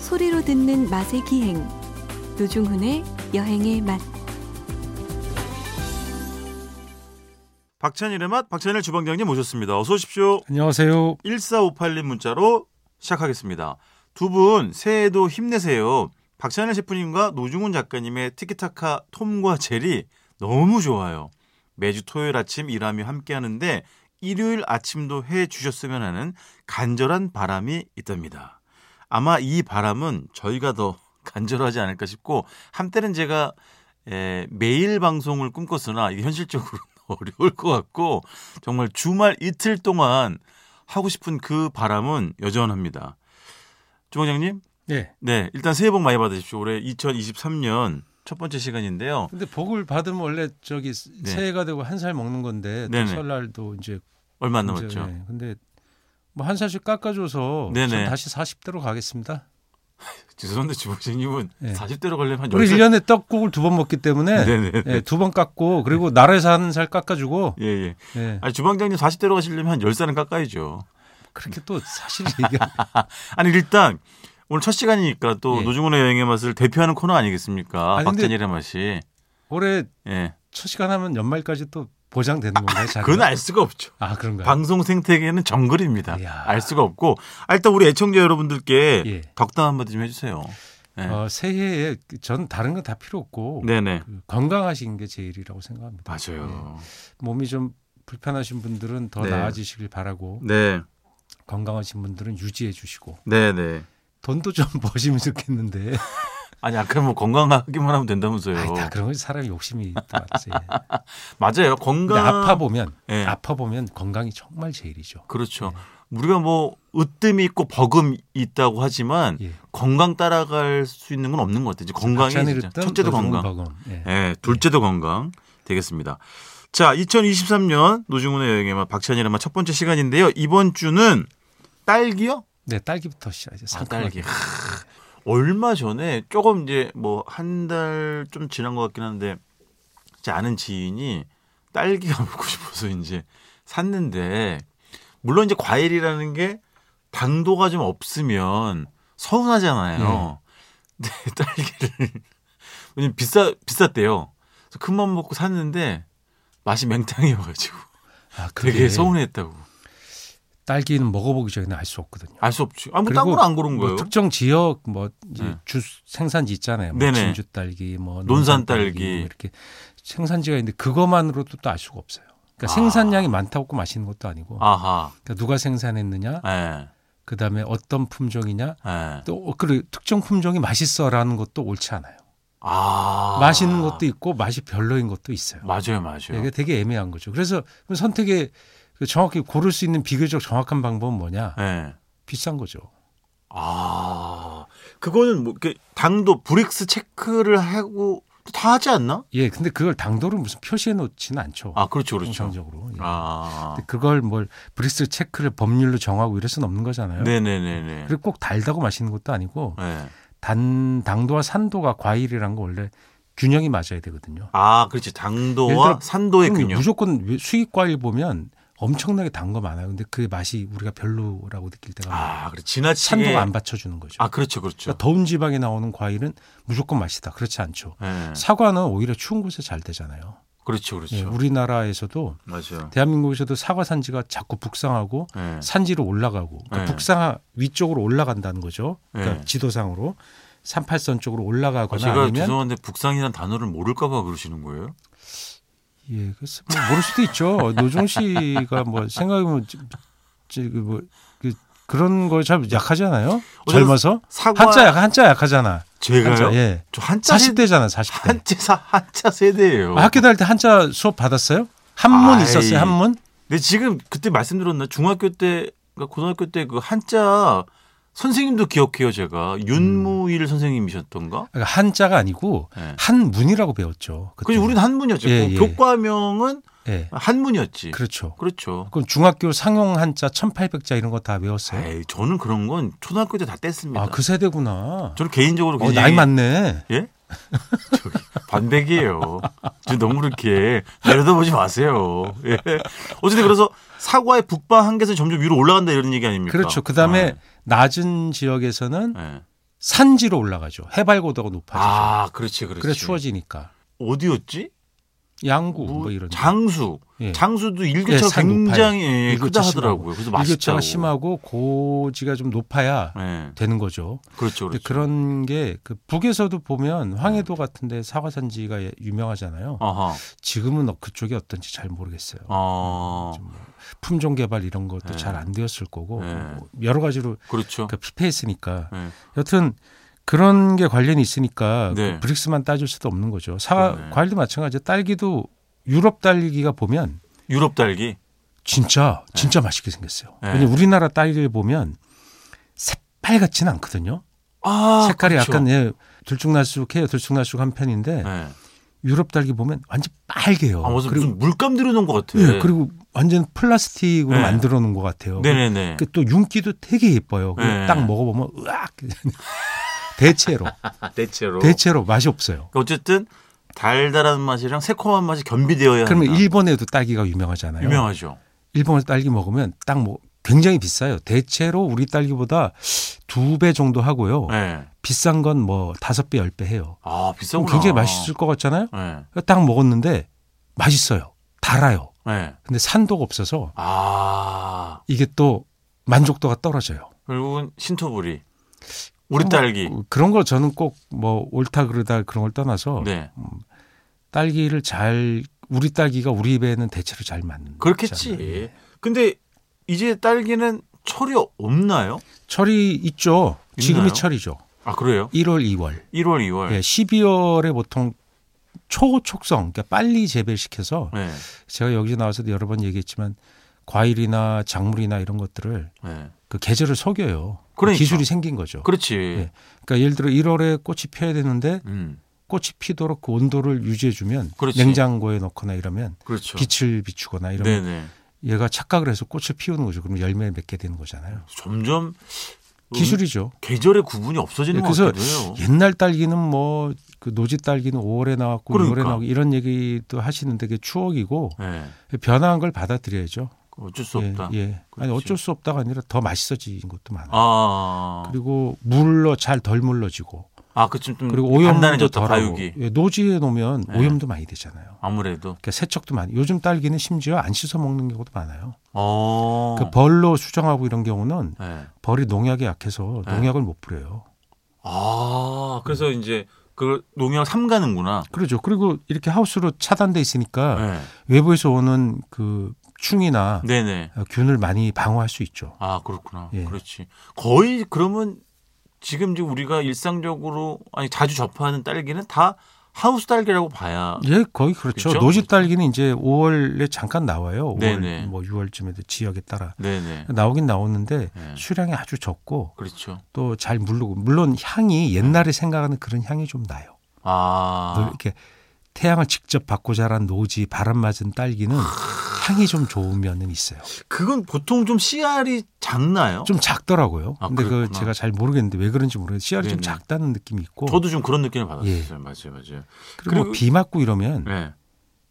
소리로 듣는 맛의 기행 노중훈의 여행의 맛 박찬일의 맛 박찬일 주방장님 모셨습니다. 어서 오십시오. 안녕하세요. 1458님 문자로 시작하겠습니다. 두 분 새해에도 힘내세요. 박찬일 셰프님과 노중훈 작가님의 티키타카 톰과 제리 너무 좋아요. 매주 토요일 아침 일하며 함께 하는데 일요일 아침도 해 주셨으면 하는 간절한 바람이 있답니다. 아마 이 바람은 저희가 더 간절하지 않을까 싶고 한때는 제가 에, 매일 방송을 꿈꿨으나 이게 현실적으로 어려울 것 같고 정말 주말 이틀 동안 하고 싶은 그 바람은 여전합니다. 주방장님, 예. 네 일단 새해 복 많이 받으십시오. 올해 2023년 첫 번째 시간인데요. 근데 복을 받으면 원래 저기 네. 새해가 되고 한 살 먹는 건데 또 네네. 설날도 이제 얼마 안 이제, 남았죠? 네. 근데 뭐 한 살씩 깎아줘서 네네. 전 다시 40대로 가겠습니다. 죄송한데 주방장님은 네. 40대로 가려면 한 우리 10살 1년에 떡국을 두 번 먹기 때문에 예, 네네. 네. 두 번 깎고 그리고 나라에서 한 살 깎아주고 예, 예. 예. 아니, 주방장님 40대로 가시려면 한 10살은 깎아야죠. 그렇게 또 사실 얘기가 아니, 일단 오늘 첫 시간이니까 또 예. 노중훈의 여행의 맛을 대표하는 코너 아니겠습니까? 아니, 근데- 박찬일의 맛이. 올해 예. 첫 시간 하면 연말까지 또 보장되는 건가요? 자기가? 아, 그건 알 수가 없죠. 아 그런가요? 방송 생태계는 정글입니다. 이야. 알 수가 없고 아, 일단 우리 애청자 여러분들께 예. 덕담 한마디 좀 해주세요. 네. 어, 새해에 전 다른 건 다 필요 없고 네네 그 건강하신 게 제일이라고 생각합니다. 예. 맞아요. 몸이 좀 불편하신 분들은 더 네. 나아지시길 바라고 네 건강하신 분들은 유지해 주시고 네네. 돈도 좀 버시면 좋겠는데 아니 아까 뭐 건강하기만 하면 된다면서요. 아이, 다 그런 건 사람 욕심이 있지. 맞아요. 근데 건강 아파 보면 예. 아파 보면 건강이 정말 제일이죠. 그렇죠. 우리가 뭐 으뜸이 있고 버금이 있다고 하지만 예. 건강 따라갈 수 있는 건 없는 것 같아요. 이제 건강이 박찬일 진짜 있던 첫째도 노중훈 건강. 박음. 예. 예, 둘째도 건강 되겠습니다. 자, 2023년 노중훈의 여행의 맛 박찬일의 맛첫 번째 시간인데요. 이번 주는 딸기요? 네, 딸기부터 시작이죠. 아, 딸기. 상큼하게. 하, 얼마 전에 조금 이제 뭐 한 달 좀 지난 것 같긴 한데 제 아는 지인이 딸기가 먹고 싶어서 이제 샀는데 물론 이제 과일이라는 게 당도가 좀 없으면 서운하잖아요. 네. 근데 딸기를 왜냐면 비싸 비쌌대요. 그래서 큰맘 먹고 샀는데 맛이 맹탕이어가지고 아, 그게 되게 서운했다고. 딸기는 먹어보기 전에 알 수 없거든요. 알 수 없지. 아무 그리고 딴걸안 고른 뭐 거예요. 특정 지역 뭐 이제 네. 주 생산지 있잖아요. 뭐 네네. 진주 딸기, 뭐 논산 논산 딸기. 딸기, 뭐 이렇게 생산지가 있는데 그것만으로도 또 알 수가 없어요. 그러니까 아. 생산량이 많다고 꼭 맛있는 것도 아니고 아하. 그러니까 누가 생산했느냐, 예. 그 다음에 어떤 품종이냐, 예. 또 어, 그리고 특정 품종이 맛있어라는 것도 옳지 않아요. 아. 맛있는 것도 있고 맛이 별로인 것도 있어요. 맞아요, 맞아요. 이게 되게 애매한 거죠. 그래서 그 선택에 그 정확히 고를 수 있는 비교적 정확한 방법은 뭐냐? 예. 비싼 거죠. 아. 그거는 뭐 이렇게 당도 브릭스 체크를 하고 다 하지 않나? 예, 근데 그걸 당도를 무슨 표시해 놓지는 않죠. 아, 그렇죠, 그렇죠. 통상적으로. 예. 아. 근데 그걸 뭘 브리스 체크를 법률로 정하고 이럴 수는 없는 거잖아요. 네, 네, 네, 네. 그리고 꼭 달다고 마시는 것도 아니고 예. 단 당도와 산도가 과일이란 거 원래 균형이 맞아야 되거든요. 아, 그렇지. 예를 당도와 들어 산도의 그럼 균형. 무조건 수입 과일 보면 엄청나게 단 거 많아요. 근데 그 맛이 우리가 별로라고 느낄 때가 많아요. 아, 그래. 지나치게 산도가 안 받쳐주는 거죠. 아, 그렇죠, 그렇죠. 그러니까 더운 지방에 나오는 과일은 무조건 맛이다. 그렇지 않죠. 예. 사과는 오히려 추운 곳에 잘 되잖아요. 그렇죠, 그렇죠. 예, 우리나라에서도 맞아요. 대한민국에서도 사과 산지가 자꾸 북상하고 예. 산지로 올라가고 그러니까 네. 북상 위쪽으로 올라간다는 거죠. 그러니까 네. 지도상으로 38선 쪽으로 아, 올라가거나 제가 아, 니면 죄송한데 북상이라는 단어를 모를까 봐 그러시는 거예요? 예, 그래서 뭐 모를 수도 있죠. 노종 씨가 뭐 생각하면 지- 지- 뭐 그- 그런 거 참 약하잖아요. 어제 젊어서 사과 한자 약 한자 약하잖아. 제가요? 한자, 예. 저 한자 세대 40대잖아, 40대. 한자 사- 한자 세대예요. 아, 학교 다닐 때 한자 수업 받았어요? 한문 아이. 있었어요, 한문? 근데 지금 그때 말씀드렸나 중학교 때 그러니까 고등학교 때 그 한자 선생님도 기억해요 제가 윤무일 선생님이셨던가. 그러니까 한자가 아니고 예. 한문이라고 배웠죠. 그때. 그데 우리는 한문이었죠. 예, 그 예. 교과명은 예. 한문이었지. 그렇죠. 그렇죠. 그럼 중학교 상용 한자 1800자 이런 거 다 외웠어요? 에이, 저는 그런 건 초등학교 때 다 뗐습니다. 아, 그 세대구나. 저는 개인적으로 어, 굉장히 나이 많네. 예? 저기 반백이에요. 지금 너무 그렇게 내려다보지 마세요. 예. 어쨌든 그래서 사과의 북방 한계선 점점 위로 올라간다 이런 얘기 아닙니까? 네. 그렇죠. 그 다음에 낮은 그렇죠. 지역에서는 예. 예. 산지로 올라가죠. 해발 고도가 높아지죠. 아, 그렇지, 그렇지. 그래 추워지니까 어디였지? 양구 뭐, 뭐 이런 장수. 예. 장수도 예, 일교차가 산 높아요. 굉장히 예, 일교차 크다 심하고. 하더라고요. 그래서 맛있다고. 일교차가 심하고 고지가 좀 높아야 예. 되는 거죠. 그렇죠, 근데 그렇죠. 그런 게 그 북에서도 보면 황해도 같은데 사과 산지가 예- 유명하잖아요. 아하. 지금은 어- 그쪽이 어떤지 잘 모르겠어요. 어. 좀뭐 품종 개발 이런 것도 네. 잘 안 되었을 거고 네. 뭐 여러 가지로 그렇죠. 그 피폐했으니까. 예. 여튼 그런 게 관련이 있으니까 네. 그 브릭스만 따질 수도 없는 거죠. 사 그러네. 과일도 마찬가지. 딸기도 유럽 딸기가 보면 유럽 딸기. 진짜 진짜 맛있게 생겼어요. 네. 왜냐 우리나라 딸기를 보면 새빨갛지는 않거든요. 아, 색깔이 그렇죠. 약간 예, 들쭉날쭉해요. 들쭉날쭉한 편인데 예. 유럽 딸기 보면 완전 빨개요. 아, 무슨, 어, 그리고 무슨 물감 들여놓은 것 같아. 예, 그리고 완전 플라스틱으로 네. 만들어 놓은 것 같아요. 네네네. 그 또 윤기도 되게 예뻐요. 그리고 네. 딱 먹어보면 으악 대체로 아, 대체로. 대체로 맛이 없어요. 그러니까 어쨌든 달달한 맛이랑 새콤한 맛이 겸비되어야 그러면 한다. 일본에도 딸기가 유명하잖아요. 유명하죠. 일본에서 딸기 먹으면 딱 뭐 굉장히 비싸요. 대체로 우리 딸기보다 두 배 정도 하고요. 예. 비싼 건 뭐 다섯 배, 열 배 해요. 아, 그럼 비싸구나. 굉장히 맛있을 것 같잖아요. 예. 딱 먹었는데 맛있어요. 달아요. 예. 근데 산도가 없어서 아. 이게 또 만족도가 떨어져요. 결국은 신토부리. 우리 딸기. 뭐 그런 거 저는 꼭 뭐 옳다 그르다 그런 걸 떠나서 네. 딸기를 잘 우리 딸기가 우리 입에는 대체로 잘 맞는. 그렇겠지. 거잖아요. 근데 이제 딸기는 철이 없나요? 철이 있죠. 지금이 있나요? 철이죠. 아, 그래요? 1월, 2월. 1월, 2월. 예, 12월에 보통 초촉성, 그러니까 빨리 재배시켜서 네. 제가 여기서 나와서도 여러 번 얘기했지만 과일이나 작물이나 이런 것들을 네. 그 계절을 속여요. 그 그러니까. 기술이 생긴 거죠. 그렇지. 예. 그러니까 예를 들어 1월에 꽃이 피어야 되는데 음. 꽃이 피도록 그 온도를 유지해주면 그렇지. 냉장고에 넣거나 이러면 그렇죠. 빛을 비추거나 이러면 네네. 얘가 착각을 해서 꽃을 피우는 거죠. 그럼 열매 맺게 되는 거잖아요. 점점 기술 기술이죠. 계절의 구분이 없어지는 예, 것 그래서 같기도 해요. 옛날 딸기는 뭐 그 노지 딸기는 5월에 나왔고 그러니까. 6월에 나오고 이런 얘기도 하시는데 그게 추억이고 네. 변화한 걸 받아들여야죠. 어쩔 수 없다. 예, 예. 아니 그렇지. 어쩔 수 없다가 아니라 더 맛있어진 것도 많아요. 아, 그리고 물러 잘 덜 물러지고 아, 그쯤 좀 그리고 오염도 단단해졌다. 덜하고 과육이 예, 노지에 놓으면 예. 오염도 많이 되잖아요. 아무래도. 그러니까 세척도 많이. 요즘 딸기는 심지어 안 씻어 먹는 경우도 많아요. 어. 그 벌로 수정하고 이런 경우는 네. 벌이 농약에 약해서 네. 농약을 못 뿌려요. 아, 그래서 이제 그 농약 삼가는구나. 그러죠. 그리고 이렇게 하우스로 차단돼 있으니까 네. 외부에서 오는 그 충이나 네네. 어, 균을 많이 방어할 수 있죠. 아 그렇구나. 예. 그렇지. 거의 그러면 지금 이제 우리가 일상적으로 아니 자주 접하는 딸기는 다 하우스 딸기라고 봐야. 예, 거의 그렇죠. 그렇죠? 노지 딸기는 이제 5월에 잠깐 나와요. 5월 네네. 뭐 6월쯤에도 지역에 따라 네네. 나오긴 나오는데 네. 수량이 아주 적고 그렇죠. 또 잘 물르고 물론 향이 옛날에 생각하는 그런 향이 좀 나요. 네. 너아 이렇게 태양을 직접 받고 자란 노지 바람 맞은 딸기는 아. 향이 좀 좋은 면은 있어요. 그건 보통 좀 씨알이 작나요? 좀 작더라고요. 아, 근데 그 그렇구나. 제가 잘 모르겠는데 왜 그런지 모르겠는데 씨알이 좀 네네. 작다는 느낌이 있고 저도 좀 그런 느낌을 받았어요. 맞아요, 맞아요. 뭐 예. 그리고 뭐 그리고- 비 맞고 이러면 네.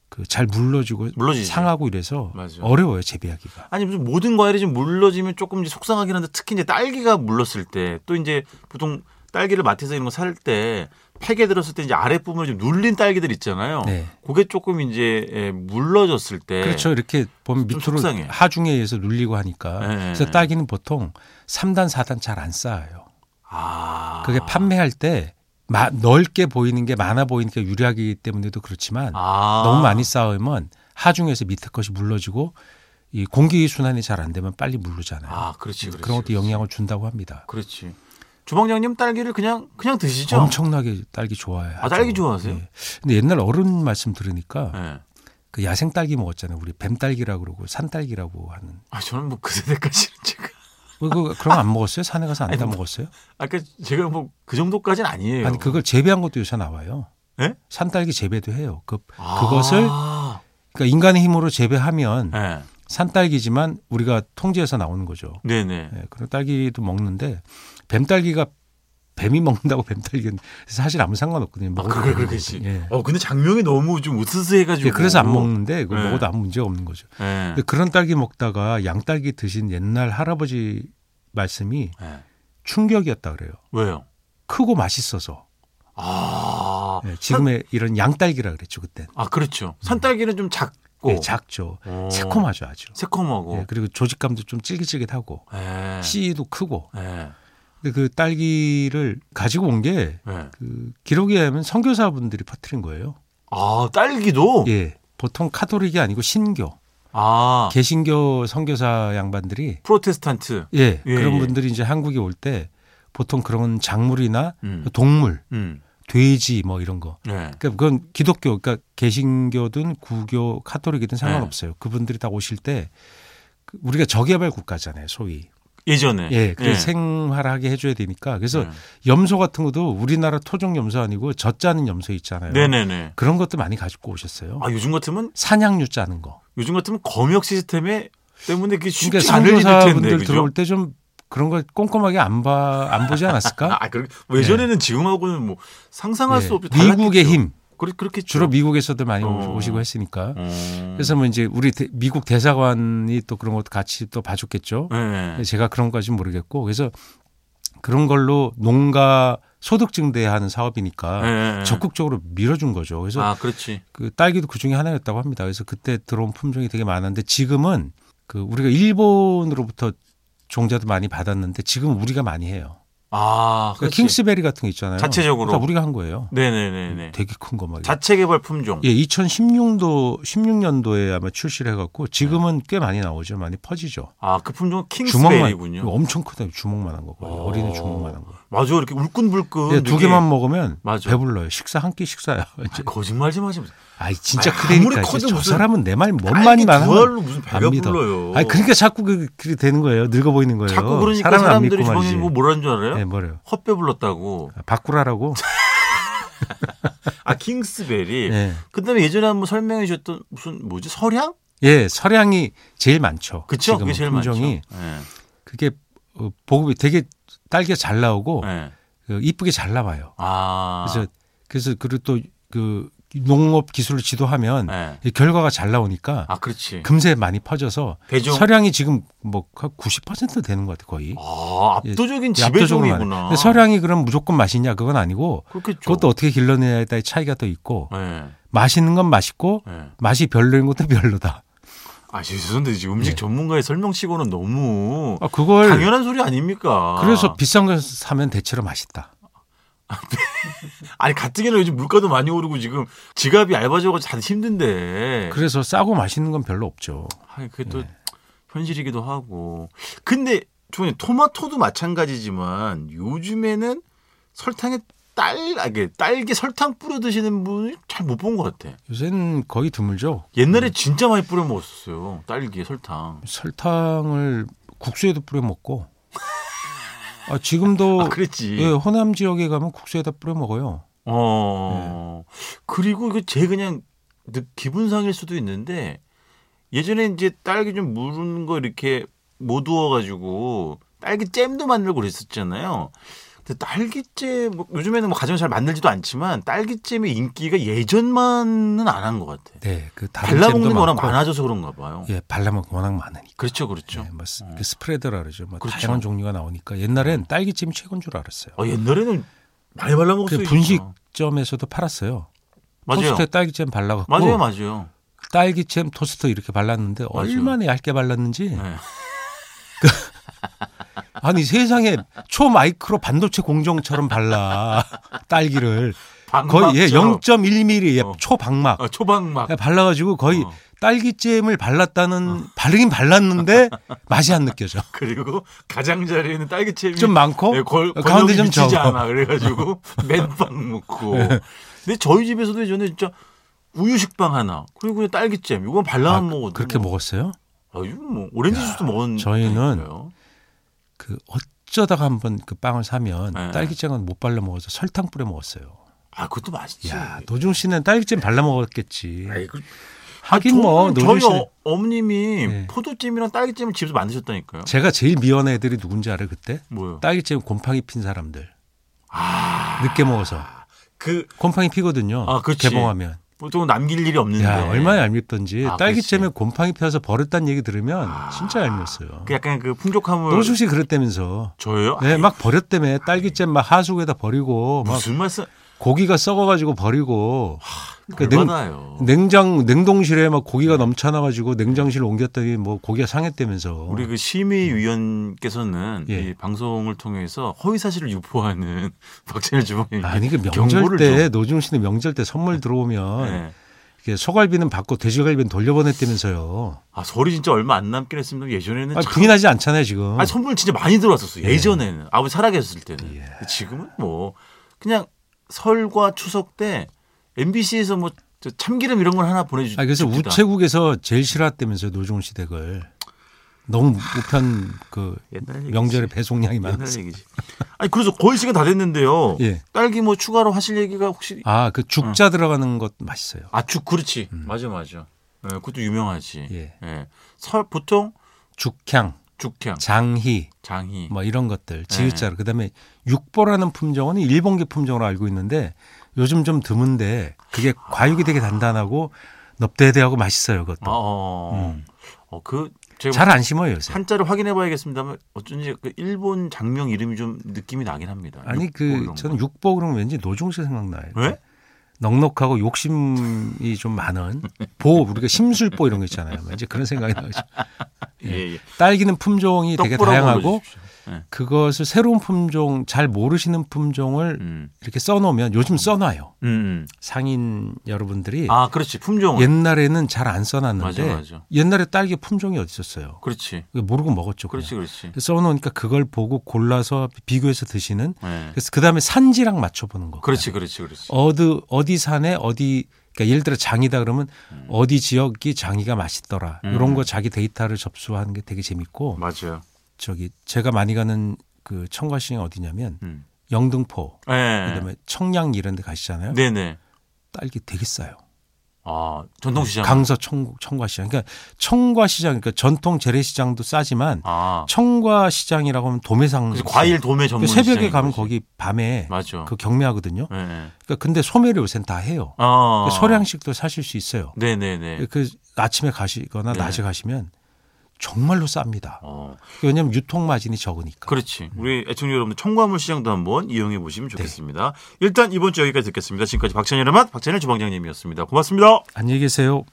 그 잘 물러지고 물러지지. 상하고 이래서 맞아요. 어려워요 재배하기가. 아니 무슨 모든 과일이 좀 물러지면 조금 이제 속상하긴 한데 특히 이제 딸기가 물렀을 때 또 이제 보통 딸기를 마트에서 이런 거 살 때 팩에 들었을 때 이제 아랫부분을 좀 눌린 딸기들 있잖아요. 네. 그게 조금 이제 예, 물러졌을 때 그렇죠. 이렇게 보면 예. 좀 밑으로 속상해. 하중에 의해서 눌리고 하니까 네. 그래서 딸기는 보통 3단, 4단 잘 안 쌓아요. 아 그게 판매할 때 마- 넓게 보이는 게 많아 보이니까 유리하기 때문에도 그렇지만 아. 너무 많이 쌓으면 하중에서 밑에 것이 물러지고 이 공기 순환이 잘 안 되면 빨리 물르잖아요. 아 그렇지 그렇지 그런 것도 영향을 준다고 합니다. 그렇지 주방장님 딸기를 그냥 그냥 드시죠. 엄청나게 딸기 좋아해요. 네. 아, 딸기 좋아하세요? 근데 옛날 어른 말씀 들으니까 예. 그 야생 딸기 먹었잖아요. 우리 뱀 딸기라고 그러고 산 딸기라고 하는. 아 저는 뭐 그 세대까지는 제가 그 그런 거 안 먹었어요? 산에 가서 안 아니, 따 뭐- 먹었어요? 아까 제가 뭐 그 정도까지는 아니에요. 아니 그걸 재배한 것도 요새 나와요. 예? 산 딸기 재배도 해요. 그 아. 그것을 그러니까 인간의 힘으로 재배하면 예. 산 딸기지만 우리가 통제해서 나오는 거죠. 네네 아, 예, 그런 딸기도 먹는데 뱀 딸기가 뱀이 먹는다고 뱀 딸기는 사실 아무 아, 상관없거든요. 먹어도 그걸 되는 그렇겠지. 거거든요. 예. 어, 근데 장면이 너무 좀 으스스해가지고. 예, 그래서 안 먹는데 그거 네. 먹어도 아무 문제가 없는 거죠. 예. 근데 그런 딸기 먹다가 양딸기 드신 옛날 할아버지 말씀이 예. 충격이었다 그래요. 왜요? 크고 맛있어서 아, 예, 지금의 이런 양딸기라 그랬죠 그때. 아 그렇죠. 산딸기는 좀 작고 예, 작죠. 어. 새콤하죠 아주. 새콤하고 예, 그리고 조직감도 좀 질깃질깃하고 예. 씨도 크고. 예. 근데 그 딸기를 가지고 온 게 예. 그 기록에 의하면 선교사분들이 퍼뜨린 거예요. 아 딸기도 예. 보통 카톨릭이 아니고 신교, 아 개신교 선교사 양반들이 프로테스탄트 예, 예, 그런 예. 분들이 이제 한국에 올 때 보통 그런 작물이나 음. 동물, 음. 돼지 뭐 이런 거. 예. 그러니까 그건 기독교, 그러니까 개신교든 구교, 카톨릭이든 네. 상관없어요. 그분들이 다 오실 때그 우리가 저개발 국가잖아요, 소위. 예전에 예, 그래서 예. 생활하게 해줘야 되니까. 그래서 예. 염소 같은 것도 우리나라 토종 염소 아니고 젖 짜는 염소 있잖아요. 예. 네네네. 그런 것도 많이 가지고 오셨어요. 아 요즘 같으면 산양류 짜는 거. 요즘 같으면 검역 시스템에 때문에 그게 쉽지 그러니까 않을 일일 텐데 선교사분들 그죠? 들어올 때 좀 그런 걸 꼼꼼하게 안 봐 안 보지 않았을까? 아, 그 예전에는 지금하고는 뭐 상상할 예. 수 없이 미국의 달랐겠죠. 음. 힘 그렇 그렇게 주로 미국에서도 많이 어. 오시고 했으니까 그래서 뭐 이제 우리 대- 미국 대사관이 또 그런 것도 같이 또 봐줬겠죠. 네. 제가 그런 것까지는 모르겠고 그래서 그런 걸로 농가 소득 증대하는 사업이니까 네. 아, 적극적으로 밀어준 거죠. 그래서 아 그렇지 그 딸기도 그 중에 하나였다고 합니다. 그래서 그때 들어온 품종이 되게 많았는데 지금은 그 우리가 일본으로부터 종자도 많이 받았는데 지금 우리가 많이 해요. 아 그러니까 그렇지. 킹스베리 같은 거 있잖아요. 자체적으로. 그러니까 우리가 한 거예요. 네네네네 되게 큰 거 막. 자체 개발 품종 예, 2016도 16년도에 아마 출시를 해갖고 네. 지금은 꽤 많이 나오죠, 많이 퍼지죠. 아 그 품종은 주먹만 킹스베리군요 엄청 크다, 주먹만 한 거고 오. 어린애 주먹만 한 거. 맞아 이렇게 울끈불끈 예, 두 되게- 개만 먹으면 맞아. 배불러요. 식사 한 끼 식사요. 아, 거짓말 좀 하지 마세요 아, 진짜 아니, 아무리 크다니까. 커도 진짜 저 무슨 사람은 내 말 뭔만이만 하면 그걸로 무슨 배가 안 믿어. 불러요 아니 그러니까 자꾸 그, 그 되는 거예요. 늙어 보이는 거예요. 자꾸 그러니까 사람을 안 믿고 사람들이 말이지. 주방장님 뭐 뭐라는 줄 알아요 네, 뭐래요? 헛배 불렀다고 아, 바꾸라라고. 아 킹스베리 예. 그다음에 예전에 한번 설명해 주셨던 무슨 뭐지 서량 예, 서량이 제일 많죠. 그쵸 지금 그게 제일 품종이 많죠 예. 그게 어, 보급이 되게 딸기가 잘 나오고 예. 그 이쁘게 잘 나와요. 아 그래서 그래서 그리고 또 그 농업 기술을 지도하면 예. 이 결과가 잘 나오니까 아 그렇지 금세 많이 퍼져서 배종 서량이 지금 뭐 90% 되는 것 같아요, 거의. 아 예, 압도적인 압도적으로 많아요. 지배종이구나 근데 서량이 그럼 무조건 맛있냐? 그건 아니고 그렇겠죠 그것도 어떻게 길러내냐에 따라 차이가 또 있고 예. 맛있는 건 맛있고 예. 맛이 별로인 것도 별로다. 아 죄송한데 지금 음식 예. 전문가의 설명치고는 너무 아, 그걸 당연한 소리 아닙니까? 그래서 비싼 걸 사면 대체로 맛있다. 아니 가뜩이나 요즘 물가도 많이 오르고 지금 지갑이 얇아져가지고 다들 힘든데. 그래서 네. 싸고 맛있는 건 별로 없죠. 아니 그게 또 현실이기도 하고. 근데 조님 토마토도 마찬가지지만 요즘에는 설탕에 딸 아게 딸기 설탕 뿌려 드시는 분을 잘 못 본 것 같아. 요새는 거의 드물죠. 옛날에 진짜 많이 뿌려 먹었어요. 딸기에 설탕. 설탕을 국수에도 뿌려 먹고 아, 지금도 아 그랬지. 예, 호남 지역에 가면 국수에다 뿌려 먹어요. 어. 그리고 이거 제 그냥 느- 기분상일 수도 있는데 예전에 이제 딸기 좀 무른 거 이렇게 못 우워가지고 딸기 잼도 만들고 그랬었잖아요. 근데 딸기잼 뭐 요즘에는 뭐 가정 잘 만들지도 않지만 딸기잼의 인기가 예전만은 안 한 것 같아. 네, 그 다른 발라먹는 잼도 거나 많고. 많아져서 그런가 봐요. 예, 발라먹 워낙 많으니까. 그렇죠, 그렇죠. 예, 뭐 스- 어. 그 스프레드라 그러죠. 뭐 그렇죠. 다양한 종류가 나오니까 옛날엔 딸기찜이 최고인 줄 알았어요. 어, 옛날에는 많이 발라먹었어요. 그 분식점에서도 팔았어요. 맞아요. 토스트에 딸기잼 발라갖고 맞아요, 맞아요. 딸기잼 토스트 이렇게 발랐는데 맞아요. 얼마나 얇게 발랐는지 네. 아니 세상에 초마이크로 반도체 공정처럼 발라 딸기를 거의 예, 방막처럼. 0.1mm 예, 어. 초박막 어, 예, 초박막. 발라가지고 거의 어. 딸기잼을 발랐다는 발르긴 발랐는데 맛이 안 느껴져 그리고 가장자리에는 딸기잼이 좀 많고 어, 네, 걸, 가운데 좀 미치지 적어 네. 않아 그래가지고 맨빵 먹고 근데 저희 집에서도 예전에 진짜 우유 식빵 하나 그리고 그냥 딸기잼 이건 발라만 아, 먹어도 뭐. 그렇게 먹었어요? 아, 이거 뭐 오렌지 주스도 먹었는데 저희는 그 어쩌다가 한번 그 빵을 사면 네. 딸기잼은 못 발라 먹어서 설탕 뿌려 먹었어요. 아 그것도 맛있지 야 노중 씨는 딸기잼 발라 먹었겠지. 아이, 그- 하긴 뭐 저는 저희 노중 씨 어, 어머님이 네. 포도잼이랑 딸기잼을 집에서 만드셨다니까요 제가 제일 미워하는 애들이 누군지 알아요 그때? 뭐요 딸기잼 곰팡이 핀 사람들. 늦게 먹어서 그 곰팡이 피거든요. 아, 그치. 개봉하면 그 보통 남길 일이 없는데. 야 얼마나 얄밉던지 네. 아, 딸기잼에 곰팡이 피어서 버렸다는 얘기 들으면 아. 진짜 얄미웠어요. 그 약간 그 풍족함을 노숙 씨 그랬다면서. 저요? 네, 막 버렸다며 딸기잼 막 하수구에다 버리고 막 무슨 아. 말씀? 고기가 썩어가지고 버리고 그러니까 냉, 얼마나요? 냉장 냉동실에 막 고기가 넘쳐나가지고 냉장실 옮겼더니 뭐 고기가 상했다면서 우리 그 심의위원께서는 예. 이 방송을 통해서 허위 사실을 유포하는 박찬일 주방님 아니 그 경고를 명절 때 노중 씨는 명절 때 선물 들어오면 네. 이렇게 소갈비는 받고 돼지갈비는 돌려보냈다면서요. 아 소리 진짜 얼마 안 남긴 했습니다. 예전에는 아 참- 부인하지 않잖아요 지금. 아 선물 진짜 많이 들어왔었어요. 예. 예전에는 아버지 살아 계셨을 때는. 예. 근데 지금은 뭐 그냥 설과 추석 때 MBC에서 뭐 저 참기름 이런 걸 하나 보내주. 아, 그래서 줍니다. 우체국에서 제일 싫어했다면서요 노중 씨 댁을 너무 우편 그 아, 옛날 얘기지. 명절에 배송량이 옛날 많았어요. 얘기지. 아니 그래서 거의 시간 다 됐는데요. 예. 딸기 뭐 추가로 하실 얘기가 혹시 아 그 죽자 들어가는 것 맛있어요. 아축 그렇지 맞아 맞아. 예, 그것도 유명하지. 음. 예. 예. 설 보통 죽향, 죽향, 장희 장희. 뭐 이런 네. 것들 지읒자로 그다음에 육보라는 품종은 일본계 품종으로 알고 있는데 요즘 좀 드문데 그게 과육이 되게 단단하고 넙대대하고 맛있어요 아, 그것도 어, 어, 그 제가 뭐. 음. 잘 안 심어요 요새 한자를 확인해봐야겠습니다만 어쩐지 그 일본 장명 이름이 좀 느낌이 나긴 합니다. 아니 육- 뭐 그 이런 저는 거. 육보 그러면 왠지 노중식 생각나요 왜? 넉넉하고 욕심이 좀 많은 보 우리가 심술보 이런 거 있잖아요 왠지 그런 생각이 나죠 예, 예. 딸기는 품종이 되게 떡보라고 다양하고 음. 불러주십시오. 예. 그것을 새로운 품종 잘 모르시는 품종을 음. 이렇게 써놓으면 요즘 써놔요 음, 음. 상인 여러분들이 아, 그렇지. 품종은 예. 옛날에는 잘 안 써놨는데 맞아, 맞아. 옛날에 딸기 품종이 어딨었어요. 그렇지. 모르고 먹었죠. 그냥. 그렇지, 그렇지. 예. 그래서 써놓으니까 그걸 보고 골라서 비교해서 드시는. 예. 그래서 그 다음에 산지랑 맞춰보는 거. 그렇지, 그렇지, 그렇지. 어디 어디 산에 어디 그러니까 예를 들어 장이다 그러면 어디 지역이 장이가 맛있더라. 음. 이런 거 자기 데이터를 접수하는 게 되게 재밌고 맞아요. 저기 제가 많이 가는 그 청과시장 어디냐면 음. 영등포 예. 그다음에 청량 이런 데 가시잖아요. 네, 네. 딸기 되게 싸요. 아, 전통시장. 강서 청, 청과시장. 그러니까 청과시장, 그러니까 전통 재래시장도 싸지만 아, 청과시장이라고 하면 도매상. 그래서 과일 도매 전문 그 새벽에 시장인 가면 거지. 거기 밤에 맞아. 그 경매하거든요. 예, 예. 그러니까 근데 소매를 요새는 다 해요. 아, 그러니까 소량씩도 사실 수 있어요. 네, 네, 네. 그 아침에 가시거나 네. 낮에 가시면 정말로 쌉니다. 어, 왜냐하면 유통 마진이 적으니까. 그렇지. 우리 애청자 여러분들 청과물 시장도 한번 이용해 보시면 네. 좋겠습니다. 일단 이번 주 여기까지 듣겠습니다. 지금까지 박찬일의 맛 박찬일 주방장님이었습니다. 고맙습니다. 안녕히 계세요.